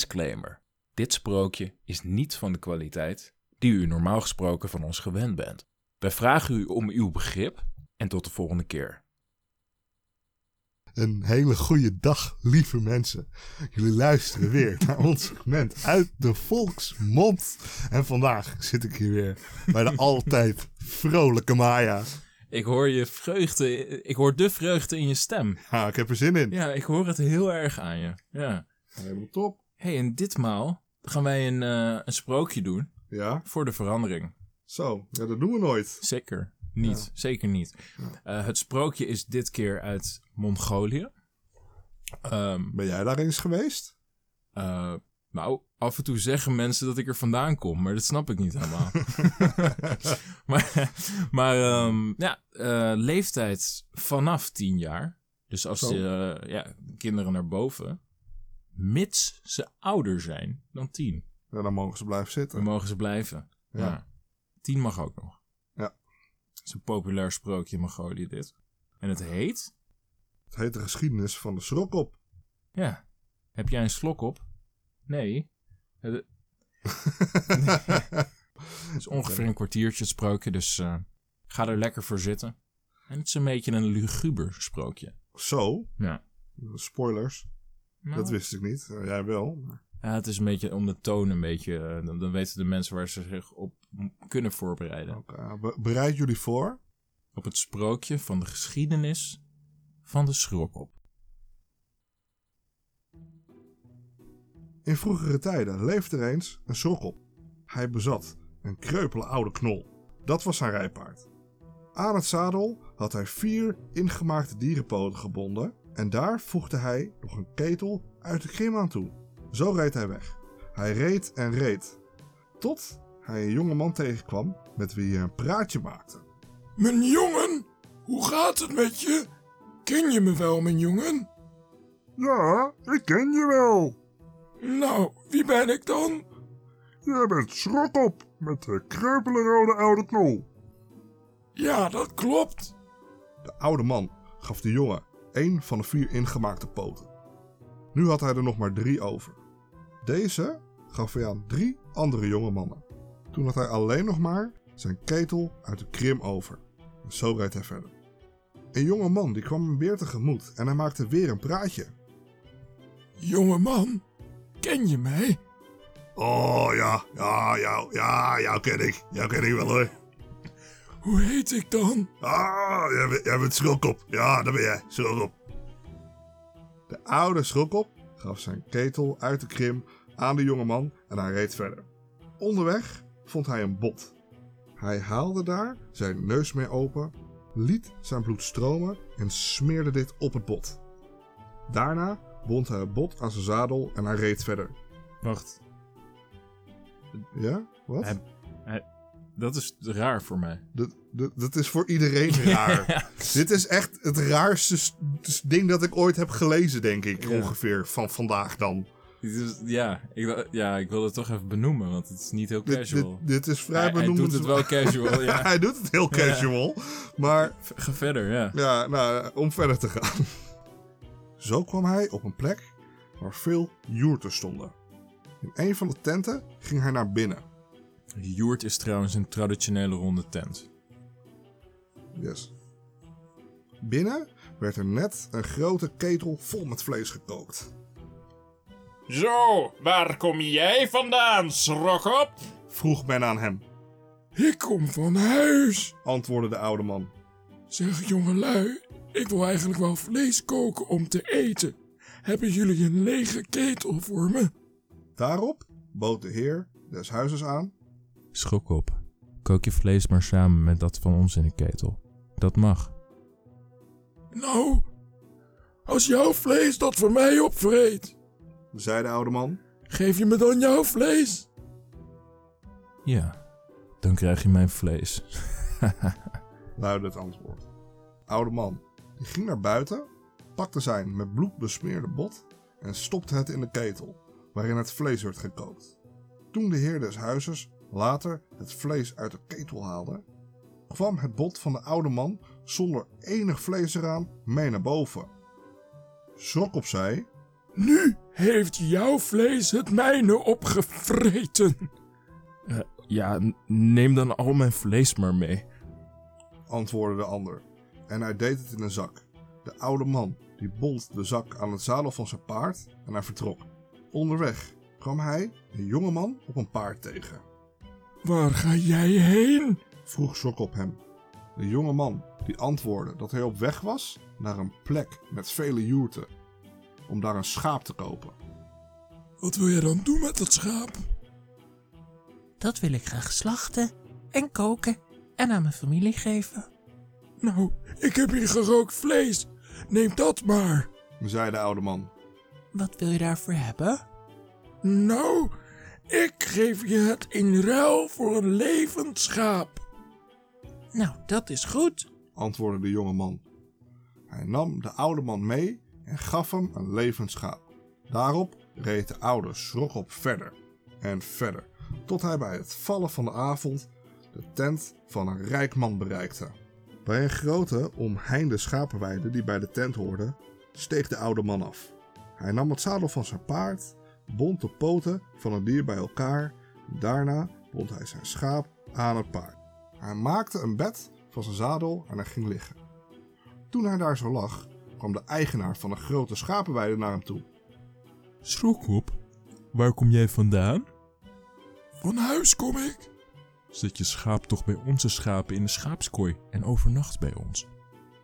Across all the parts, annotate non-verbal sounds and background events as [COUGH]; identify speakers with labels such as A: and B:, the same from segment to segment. A: Disclaimer. Dit sprookje is niet van de kwaliteit die u normaal gesproken van ons gewend bent. Wij vragen u om uw begrip en tot de volgende keer.
B: Een hele goede dag, lieve mensen. Jullie luisteren weer naar ons segment uit de volksmond. En vandaag zit ik hier weer bij de altijd vrolijke Maya.
A: Ik hoor je vreugde, ik hoor de vreugde in je stem.
B: Ja, ik heb er zin in.
A: Ja, ik hoor het heel erg aan je. Ja.
B: Helemaal top.
A: hey, en ditmaal gaan wij een, eh, een sprookje doen
B: Ja,
A: voor de verandering.
B: zo. Ja, dat doen we nooit.
A: Zeker niet, zeker niet. Eh, het sprookje is dit keer uit Mongolië. Ehm,
B: Ben jij daar eens geweest?
A: Eh, nou, af en toe zeggen mensen dat ik er vandaan kom, maar dat snap ik niet
B: [LAUGHS]
A: helemaal. maar maar ehm, ja, eh, leeftijd vanaf 10 jaar. Dus als
B: Zo.
A: de eh, ja, kinderen naar boven, mits ze ouder zijn dan 10,
B: Ja, dan mogen ze blijven
A: dan
B: zitten.
A: mogen ze blijven. Ja.
B: Ja.
A: 10 mag ook nog.
B: Ja.
A: Het is een populair sprookje in Mongolië dit. En het heet,
B: Het heet de geschiedenis van de schrok op.
A: ja, heb jij een slok op? Nee. Het- Het [LAUGHS] is ongeveer een kwartiertje het sprookje, dus eh, ga er lekker voor zitten. En het is een beetje een luguber sprookje.
B: Zo,
A: Ja.
B: spoilers. Dat wist ik niet. Eh, Jij wel. maar-
A: Ja, het is een beetje om de toon een beetje... eh, dan, dan weten de mensen waar ze zich op m- kunnen voorbereiden.
B: Oké, ja, be- bereid jullie voor.
A: Op het sprookje van de geschiedenis van de schrokkop.
B: In vroegere tijden leefde er eens een schrok op. Hij bezat een kreupele oude knol. Dat was zijn rijpaard. Aan het zadel had hij vier ingemaakte dierenpoten gebonden en daar voegde hij nog een ketel uit de krim aan toe. Zo reed hij weg. Hij reed en reed, tot hij een jonge man tegenkwam met wie hij een praatje maakte.
A: Mijn jongen, hoe gaat het met je? Ken je me wel, mijn jongen?
B: Ja, ik ken je wel.
A: Nou, wie ben ik dan?
B: Jij bent schrok op met de kreupelenrode oude knol.
A: Ja, dat klopt.
B: De oude man gaf de jongen één van de vier ingemaakte poten. Nu had hij er nog maar drie over. Deze gaf hij aan drie andere jonge mannen. Toen had hij alleen nog maar zijn ketel uit de krim over. En zo reed hij verder. Een jonge man die kwam hem weer tegemoet en hij maakte weer een praatje.
A: Jongeman, ken je mij?
B: Oh ja, ja, jou, ja, jou ken ik. Jou ken ik wel hoor.
A: Hoe heet ik dan?
B: Ah, jij, bent- jij bent Schrokop. Ja, dat ben jij, Schrokop. De oude Schrokop gaf zijn ketel uit de krim aan de jonge man en hij reed verder. Onderweg vond hij een bot. Hij haalde daar zijn neus mee open, liet zijn bloed stromen en smeerde dit op het bot. Daarna bond hij het bot aan zijn zadel en hij reed verder.
A: Wacht,
B: Ja? Wat?
A: Hij- dat is raar voor mij.
B: Dat, dat, dat is voor
A: [LAUGHS]
B: iedereen raar. Dit is echt het raarste s- s- ding dat ik ooit heb gelezen, denk ik.
A: Ja.
B: Ongeveer van vandaag dan.
A: Dit is- ja, ik, wil- ja, ik wil het toch even benoemen, want het is niet heel
B: Dit,
A: casual.
B: dit, dit is vrij
A: hij, hij doet het
B: benoemenswaardig. [LAUGHS]
A: wel
C: [LAUGHS]
A: casual, ja.
B: Hij doet het heel casual. Maar
A: V- Ga verder, ja.
B: ja, nou, om verder te gaan. Zo kwam hij op een plek waar veel joerten stonden. In een van de tenten ging hij naar binnen.
A: Joert is trouwens een traditionele ronde tent.
B: Yes. Binnen werd er net een grote ketel vol met vlees gekookt.
C: Zo, waar kom jij vandaan, schrokkop?
B: Vroeg men aan hem,
C: Ik kom van huis.
B: antwoordde de oude man.
C: Zeg jongelui, ik wil eigenlijk wel vlees koken om te eten. Hebben jullie een lege ketel voor me?
B: Daarop bood de heer des huizes aan.
A: Schok op. Kook je vlees maar samen met dat van ons in de ketel. Dat mag.
C: Nou, als jouw vlees dat voor mij opvreet,
B: zei de oude man.
C: geef je me dan jouw vlees?
A: Ja, dan krijg je mijn vlees.
B: luidde het antwoord. De oude man die ging naar buiten, pakte zijn met bloed besmeerde bot en stopte het in de ketel, waarin het vlees werd gekookt. Toen de heer des huizes later het vlees uit de ketel haalde, kwam het bot van de oude man zonder enig vlees eraan mee naar boven. Schrok op zei:
C: Nu heeft jouw vlees het mijne opgevreten.
A: Eh, Ja, n- neem dan al mijn vlees maar mee.
B: antwoordde de ander. En hij deed het in een zak. De oude man die bond de zak aan het zadel van zijn paard en hij vertrok. Onderweg kwam hij een jonge man op een paard tegen.
C: Waar ga jij heen?
B: Vroeg Sok op hem. De jonge man die antwoordde dat hij op weg was naar een plek met vele joerten om daar een schaap te kopen.
C: Wat wil jij dan doen met dat schaap?
D: Dat wil ik graag slachten en koken en aan mijn familie geven.
C: Nou, ik heb hier gerookt vlees. Neem dat maar.
B: Zei de oude man.
D: Wat wil je daarvoor hebben?
C: Nou, ik geef je het in ruil voor een levend schaap.
D: Nou, dat is goed.
B: antwoordde de jonge man. Hij nam de oude man mee en gaf hem een levend schaap. Daarop reed de oude op verder en verder, tot hij bij het vallen van de avond de tent van een rijk man bereikte. Bij een grote, omheinde schapenweide die bij de tent hoorde, steeg de oude man af. Hij nam het zadel van zijn paard, bond de poten van het dier bij elkaar. Daarna bond hij zijn schaap aan het paard. Hij maakte een bed van zijn zadel en hij ging liggen. Toen hij daar zo lag, kwam de eigenaar van een grote schapenweide naar hem toe.
A: op. waar kom jij vandaan?
C: Van huis kom ik.
A: Zet je schaap toch bij onze schapen in de schaapskooi en overnacht bij ons.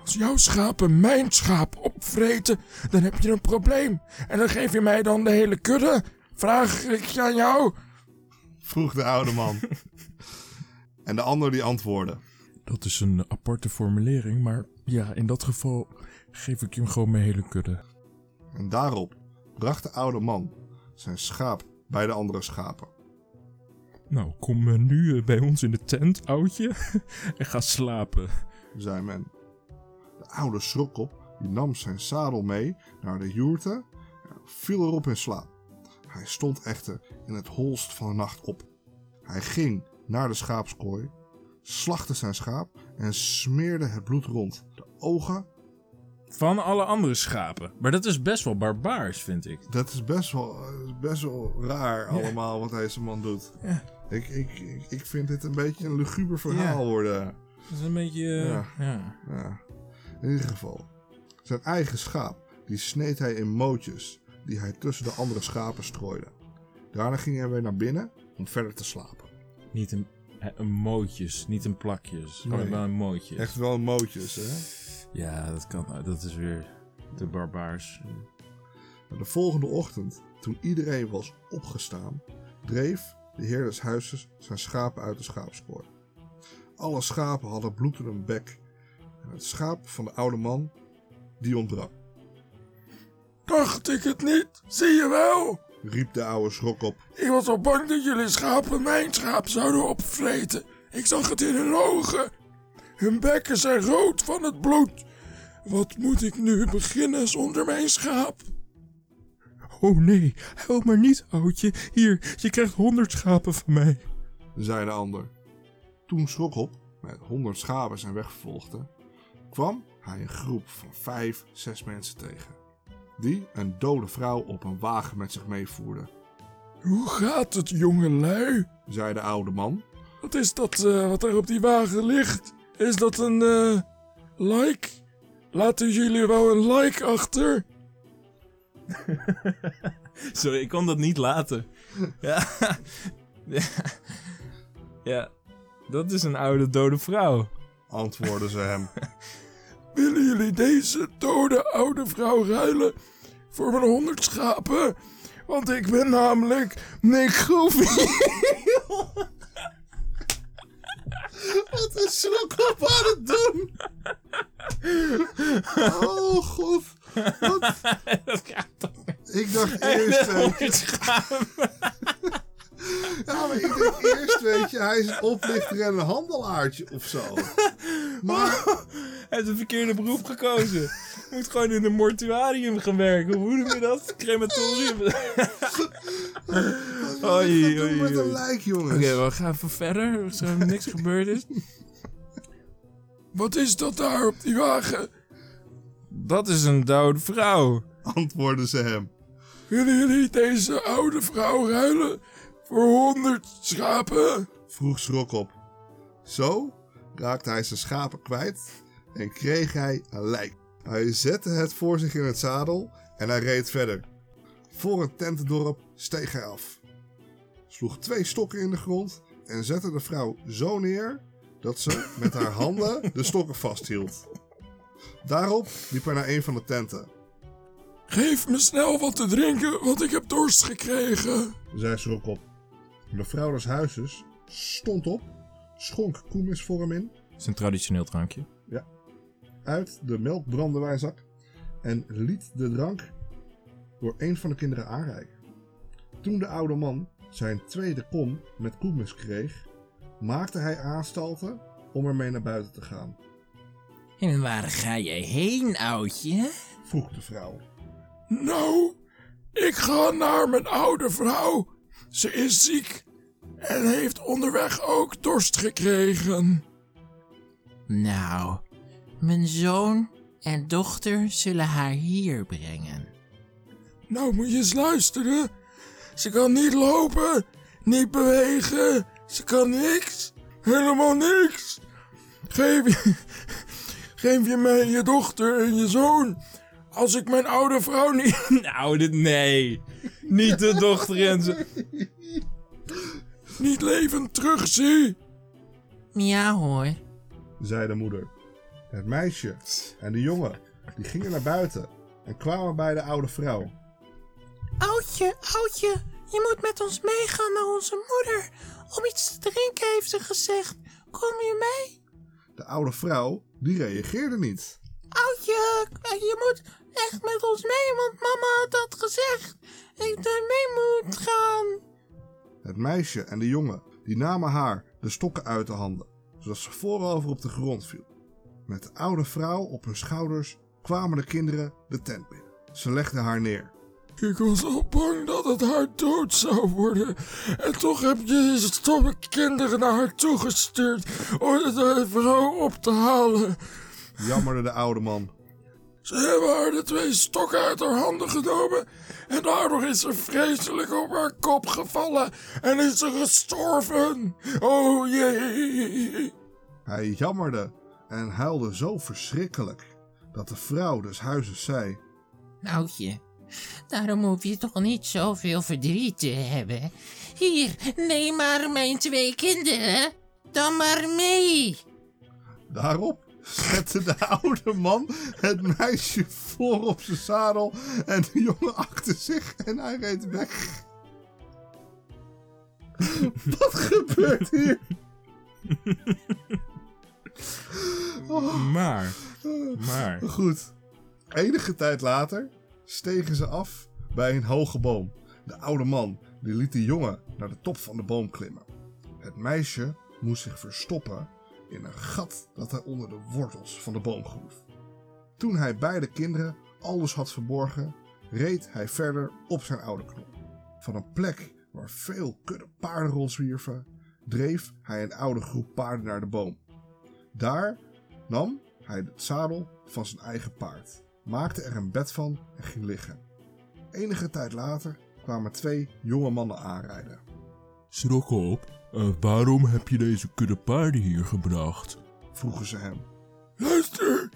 C: Als jouw schapen mijn schaap opvreten, dan heb je een probleem. En dan geef je mij dan de hele kudde. Vraag ik aan jou.
B: Vroeg de oude man. en de ander die antwoordde.
A: Dat is een aparte formulering, maar ja, in dat geval geef ik je hem gewoon mijn hele kudde.
B: En daarop bracht de oude man zijn schaap bij de andere schapen.
A: Nou, kom eh, nu eh, bij ons in de tent, oudje, [LAUGHS] en ga slapen.
B: zei men. De oude schrokkop die nam zijn zadel mee naar de joerte en viel erop in slaap. Hij stond echter in het holst van de nacht op. Hij ging naar de schaapskooi, slachtte zijn schaap en smeerde het bloed rond. De ogen,
A: Van alle andere schapen. Maar dat is best wel barbaars, vind ik.
B: dat is best wel, eh, best wel raar allemaal wat deze man doet.
A: Ja.
B: Ik, ik, ik, ik vind dit een beetje een luguber verhaal worden.
A: Dat is een beetje... eh,
B: Ja.
A: ja.
B: Ja, in ieder geval. Zijn eigen schaap, die sneed hij in mootjes, die hij tussen de andere schapen strooide. Daarna ging hij weer naar binnen om verder te slapen.
A: Niet een, eh, een mootjes, niet een plakjes. Gewoon
B: Nee.
A: wel een mootjes.
B: Echt wel in mootjes, hè?
A: Ja, dat kan. Dat is weer te barbaars.
B: Maar de volgende ochtend, toen iedereen was opgestaan, dreef de heer des huizes zijn schapen uit de schaapskooi. Alle schapen hadden bloed in hun bek. En het schaap van de oude man, die ontbrak.
C: Dacht ik het niet? Zie je wel?
B: Riep de oude schrok op.
C: Ik was al bang dat jullie schapen mijn schaap zouden opvreten. Ik zag het in hun ogen. Hun bekken zijn rood van het bloed. Wat moet ik nu beginnen zonder mijn schaap?
A: Oh nee, help maar niet, oudje. Hier, je krijgt honderd schapen van mij.
B: zei de ander. Toen Schrokhop met honderd schapen zijn weg vervolgde, kwam hij een groep van vijf, zes mensen tegen. Die een dode vrouw op een wagen met zich meevoerden,
C: Hoe gaat het, jongelui?
B: zei de oude man.
C: Wat is dat eh, wat er op die wagen ligt? Is dat een eh, like? Laten jullie wel een like achter?
A: [LAUGHS] Sorry, ik kon dat niet laten. Ja. [LAUGHS] ja. Ja. Dat is een oude dode vrouw.
B: Antwoordden ze
A: [LAUGHS]
B: hem.
C: Willen jullie deze dode oude vrouw ruilen voor mijn honderd schapen? Want ik ben namelijk Nick Groovy.
B: [LAUGHS] Wat is Schrokhop aan het doen? Oh god. Wat?
A: [LAUGHS] Dat gaat toch [LAUGHS]
B: Ik dacht eerst. eh,
A: schapen?
B: Ja, maar ik denk eerst, weet je, hij is een oplichter en een handelaartje of
A: [LAUGHS]
B: zo. Maar
A: Hij heeft een verkeerde beroep gekozen. Moet gewoon in een mortuarium gaan werken. Hoe noem je
B: [LAUGHS]
A: dat? Crematorium. Oei,
B: Oei,
A: oei,
B: met een
A: oei.
B: lijk, jongens.
A: we gaan even verder. Zo niks gebeurd [LAUGHS] is.
C: Wat is dat daar op die wagen?
A: Dat is een dode vrouw.
B: Antwoordden ze hem.
A: Willen jullie deze oude vrouw ruilen voor honderd schapen?
B: vroeg Schrok op. Zo raakte hij zijn schapen kwijt en kreeg hij een lijk. Hij zette het voor zich in het zadel en hij reed verder. Voor het tentendorp steeg hij af, sloeg twee stokken in de grond en zette de vrouw zo neer dat ze met haar handen de stokken vasthield. Daarop liep hij naar een van de tenten,
A: Geef me snel wat te drinken, want ik heb dorst gekregen.
B: zei Schrok op. De vrouw des huizes stond op, schonk koemis voor hem in
E: Het is een traditioneel drankje.
B: uit de melkbrandewijzak en liet de drank door een van de kinderen aanreiken. Toen de oude man zijn tweede kom met koemis kreeg, maakte hij aanstalten om ermee naar buiten te gaan,
F: En waar ga je heen, oudje?
B: vroeg de vrouw.
A: Nou, ik ga naar mijn oude vrouw. Ze is ziek en heeft onderweg ook dorst gekregen.
F: Nou, mijn zoon en dochter zullen haar hier brengen.
A: Nou moet je eens luisteren. Ze kan niet lopen, niet bewegen. Ze kan niks, helemaal niks. Geef je, [LAUGHS] geef je mij je dochter en je zoon. Als ik mijn oude vrouw niet... [LAUGHS]
E: Nou, dit nee. Niet de dochter en ze.
A: niet levend terugzie.
F: Ja hoor.
B: zei de moeder. Het meisje en de jongen die gingen naar buiten en kwamen bij de oude vrouw.
F: Oudje, oudje, je moet met ons meegaan naar onze moeder. Om iets te drinken heeft ze gezegd. Kom je mee?
B: De oude vrouw die reageerde niet.
F: Oudje, eh, je moet echt met ons mee, want mama had dat gezegd. Ik er mee moet gaan.
B: Het meisje en de jongen die namen haar de stokken uit de handen, zodat ze voorover op de grond viel. Met de oude vrouw op hun schouders kwamen de kinderen de tent binnen. Ze legden haar neer.
A: Ik was al bang dat het haar dood zou worden. En toch heb je deze stomme kinderen naar haar toegestuurd om de vrouw op te halen.
B: Jammerde de oude man.
A: Ze hebben haar de twee stokken uit haar handen genomen en daardoor is ze vreselijk op haar kop gevallen en is ze gestorven. Oh jee.
B: Hij jammerde en huilde zo verschrikkelijk dat de vrouw des huizes zei:
F: Oudje, Nou, daarom hoef je toch niet zoveel verdriet te hebben. Hier, neem maar mijn twee kinderen. Dan maar mee.
B: Daarop zette de [LAUGHS] oude man het meisje voor op zijn zadel en de jongen achter zich en hij reed weg. [LAUGHS] Wat gebeurt hier?
E: Maar. Maar.
B: Goed. Enige tijd later stegen ze af bij een hoge boom. De oude man die liet de jongen naar de top van de boom klimmen. Het meisje moest zich verstoppen in een gat dat hij onder de wortels van de boom groef. Toen hij bij de kinderen alles had verborgen, reed hij verder op zijn oude knol. Van een plek waar veel kudde paarden rondzwierven, dreef hij een oude groep paarden naar de boom. Daar nam hij het zadel van zijn eigen paard, maakte er een bed van en ging liggen. Enige tijd later kwamen twee jonge mannen aanrijden.
A: Schrok op, eh, waarom heb je deze kudde paarden hier gebracht?
B: Vroegen ze hem.
A: Luister,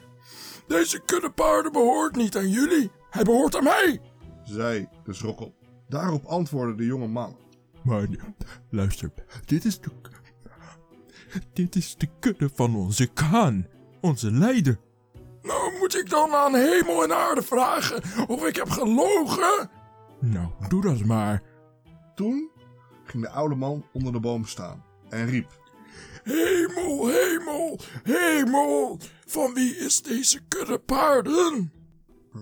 A: deze kudde paarden behoort niet aan jullie, hij behoort aan mij.
B: Zij, de schrokkel. Daarop antwoordden de jonge mannen.
A: Maar luister, dit is de. Dit is de kudde van onze Khan, onze leider. Nou, moet ik dan aan hemel en aarde vragen of ik heb gelogen? Nou, doe dat maar.
B: Toen ging de oude man onder de boom staan en riep.
A: Hemel, hemel, hemel! Van wie is deze kudde paarden?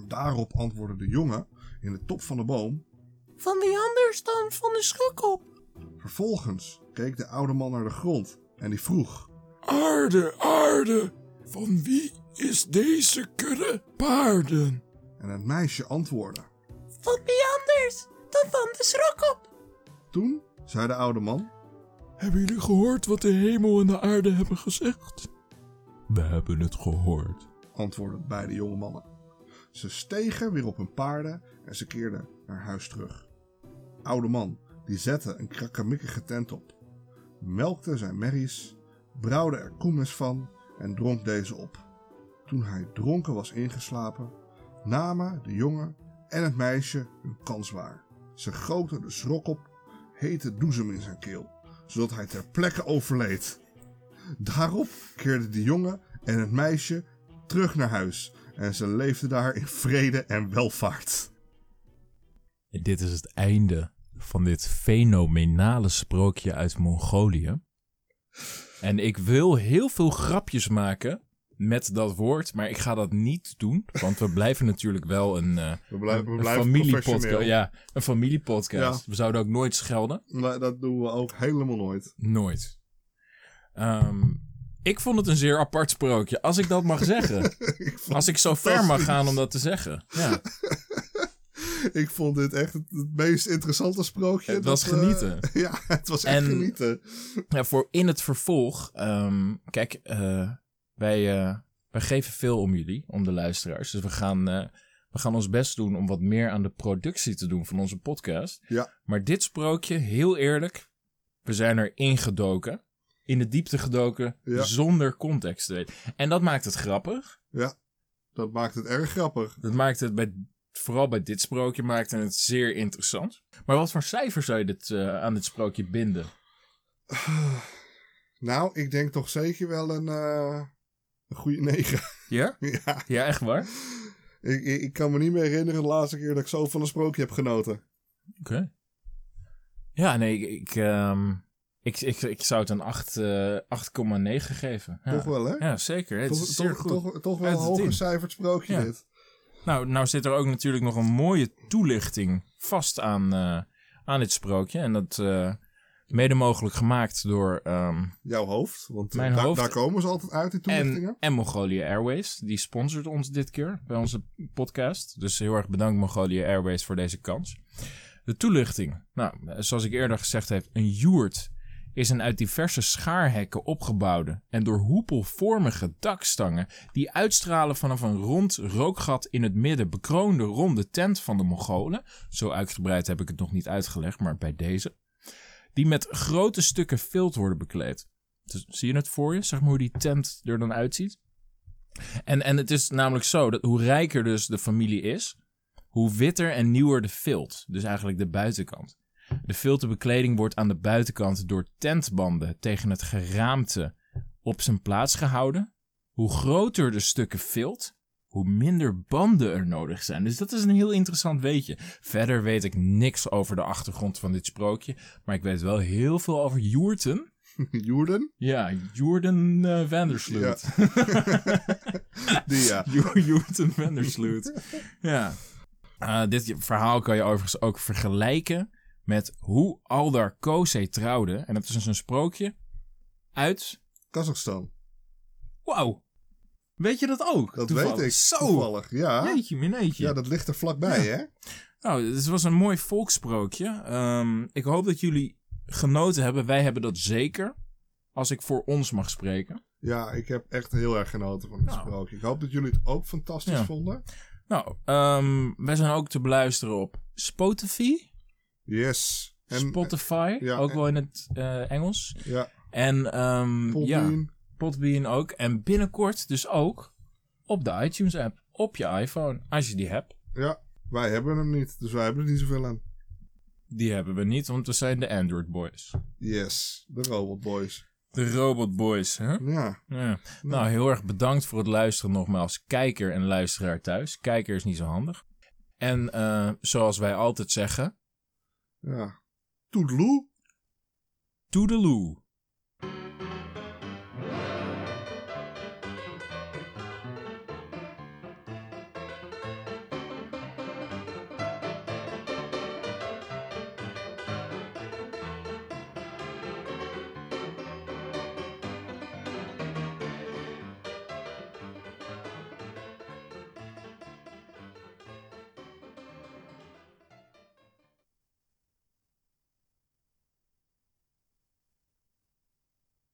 B: Daarop antwoordde de jongen in de top van de boom.
F: Van wie anders dan van de schrokkop?
B: Vervolgens keek de oude man naar de grond en die vroeg.
A: Aarde, aarde! Van wie is deze kudde paarden?
B: En het meisje antwoordde.
F: Van wie anders dan van de schrokkop?
B: Toen zei de oude man.
A: Hebben jullie gehoord wat de hemel en de aarde hebben gezegd? We hebben het gehoord.
B: antwoordden beide jonge mannen. Ze stegen weer op hun paarden en ze keerden naar huis terug. Oude man, die zette een krakkemikkige tent op, melkte zijn merries, brouwde er koemes van en dronk deze op. Toen hij dronken was ingeslapen, namen de jongen en het meisje hun kans waar. Ze goten de schrok op, hete doezem in zijn keel, zodat hij ter plekke overleed. Daarop keerde de jongen en het meisje terug naar huis en ze leefden daar in vrede en welvaart.
A: En Dit is het einde van dit fenomenale sprookje uit Mongolië. En ik wil heel veel grapjes maken met dat woord, maar ik ga dat niet doen. Want we blijven [LAUGHS] natuurlijk wel een, eh
B: We blijven, we
A: een
B: blijven
A: familiepodcast.
B: professioneel.
A: Ja, een familiepodcast.
B: Ja.
A: We zouden ook nooit schelden.
B: Maar Dat doen we ook helemaal nooit. [LAUGHS]
A: Nooit. Ehm, ik vond het een zeer apart sprookje, als ik dat mag zeggen.
B: [LAUGHS] ik, vond,
A: Als ik zo ver mag gaan om dat te zeggen. Ja,
B: ik vond dit echt het, het meest interessante sprookje.
A: het
B: dat
A: was
B: we-
A: genieten.
B: [LAUGHS] ja, het was echt
A: En-
B: genieten.
A: Ja, voor in het vervolg. ehm, kijk, eh, wij, eh, wij geven veel om jullie, om de luisteraars. Dus we gaan, eh, we gaan ons best doen om wat meer aan de productie te doen van onze podcast.
B: Ja.
A: Maar dit sprookje, heel eerlijk, we zijn er ingedoken. In de diepte gedoken,
B: Ja.
A: zonder context te weten. En dat maakt het grappig.
B: Dat maakt het erg grappig. [SIGHS]
A: Dat maakt het bij, vooral bij dit sprookje, maakte het zeer interessant. Maar wat voor cijfer zou je dit, eh, aan dit sprookje binden?
B: Nou, ik denk toch zeker wel een, eh, een goede negen. [LAUGHS]
A: Ja?
B: ja,
A: Ja, echt waar?
B: ik, ik, ik kan me niet meer herinneren de laatste keer dat ik zo van een sprookje heb genoten.
A: Oké. Ja, nee, ik, ik, ehm, ik, ik, ik zou het een acht, eh, 8,9 geven. Ja.
B: Toch wel, hè?
A: Ja, zeker. Het
B: toch,
A: is zeer
B: toch,
A: goed.
B: toch, toch wel
A: Uit
B: een
A: de
B: hoog
A: tien.
B: gecijferd sprookje
A: Ja.
B: dit.
A: Nou, nou zit er ook natuurlijk nog een mooie toelichting vast aan, eh, aan dit sprookje. En dat eh, mede mogelijk gemaakt door ehm,
B: Jouw hoofd, want eh,
A: Mijn
B: daar-
A: hoofd.
B: daar komen ze altijd uit, die toelichtingen.
A: en,
B: [LAUGHS]
A: en Mongolia Airways. Die sponsort ons dit keer bij onze podcast. Dus heel erg bedankt Mongolia Airways voor deze kans. De toelichting. Nou, eh, zoals ik eerder gezegd heb, een joert is een uit diverse schaarhekken opgebouwde en door hoepelvormige dakstangen die uitstralen vanaf een rond rookgat in het midden bekroonde ronde tent van de Mongolen. Zo uitgebreid heb ik het nog niet uitgelegd, maar bij deze. Die met grote stukken vilt worden bekleed. Dus zie je het voor je? Zeg maar hoe die tent er dan uitziet. En, en het is namelijk zo dat hoe rijker dus de familie is, hoe witter en nieuwer de vilt. Dus eigenlijk de buitenkant. De filterbekleding wordt aan de buitenkant door tentbanden tegen het geraamte op zijn plaats gehouden. Hoe groter de stukken vilt, hoe minder banden er nodig zijn. Dus dat is een heel interessant weetje. Verder weet ik niks over de achtergrond van dit sprookje, maar ik weet wel heel veel over joerten.
B: Jordan,
A: Ja, Jordan eh, Vandersloot.
B: die [LAUGHS] eh, ja.
A: [LAUGHS] Jo- Jordan Vandersloot. ja. Eh, dit verhaal kan je overigens ook vergelijken met hoe Aldar Kose trouwde. En dat is dus een sprookje uit...
B: Kazachstan.
A: Wauw. Weet je dat ook?
B: Dat
A: Toevallig.
B: weet ik.
A: Zo.
B: Toevallig, ja.
A: Jeetje, mineetje.
B: Ja, dat ligt er vlakbij, hè?
A: Nou, dit was een mooi volksprookje. Ehm, ik hoop dat jullie genoten hebben. Wij hebben dat zeker. Als ik voor ons mag spreken.
B: Ja, ik heb echt heel erg genoten van het
A: Nou.
B: sprookje. Ik hoop dat jullie het ook fantastisch
A: Ja.
B: vonden.
A: Nou, ehm, wij zijn ook te beluisteren op Spotify.
B: Yes. En, eh,
A: Spotify,
B: ja,
A: ook
B: en-
A: wel in het eh, Engels.
B: Ja,
A: En ehm, ja,
B: Podbean.
A: Podbean ook. En binnenkort dus ook op de iTunes app, op je iPhone, als je die hebt.
B: Ja. wij hebben hem niet, dus wij hebben er niet zoveel aan.
A: Die hebben we niet, want we zijn de Android Boys.
B: Yes, de Robot Boys.
A: De Robot Boys, hè?
B: Ja,
A: Ja. Nou, heel erg bedankt voor het luisteren nogmaals. Kijker en luisteraar thuis. Kijker is niet zo handig. En eh, zoals wij altijd zeggen,
B: ja. Toedeloe.
A: toedeloe.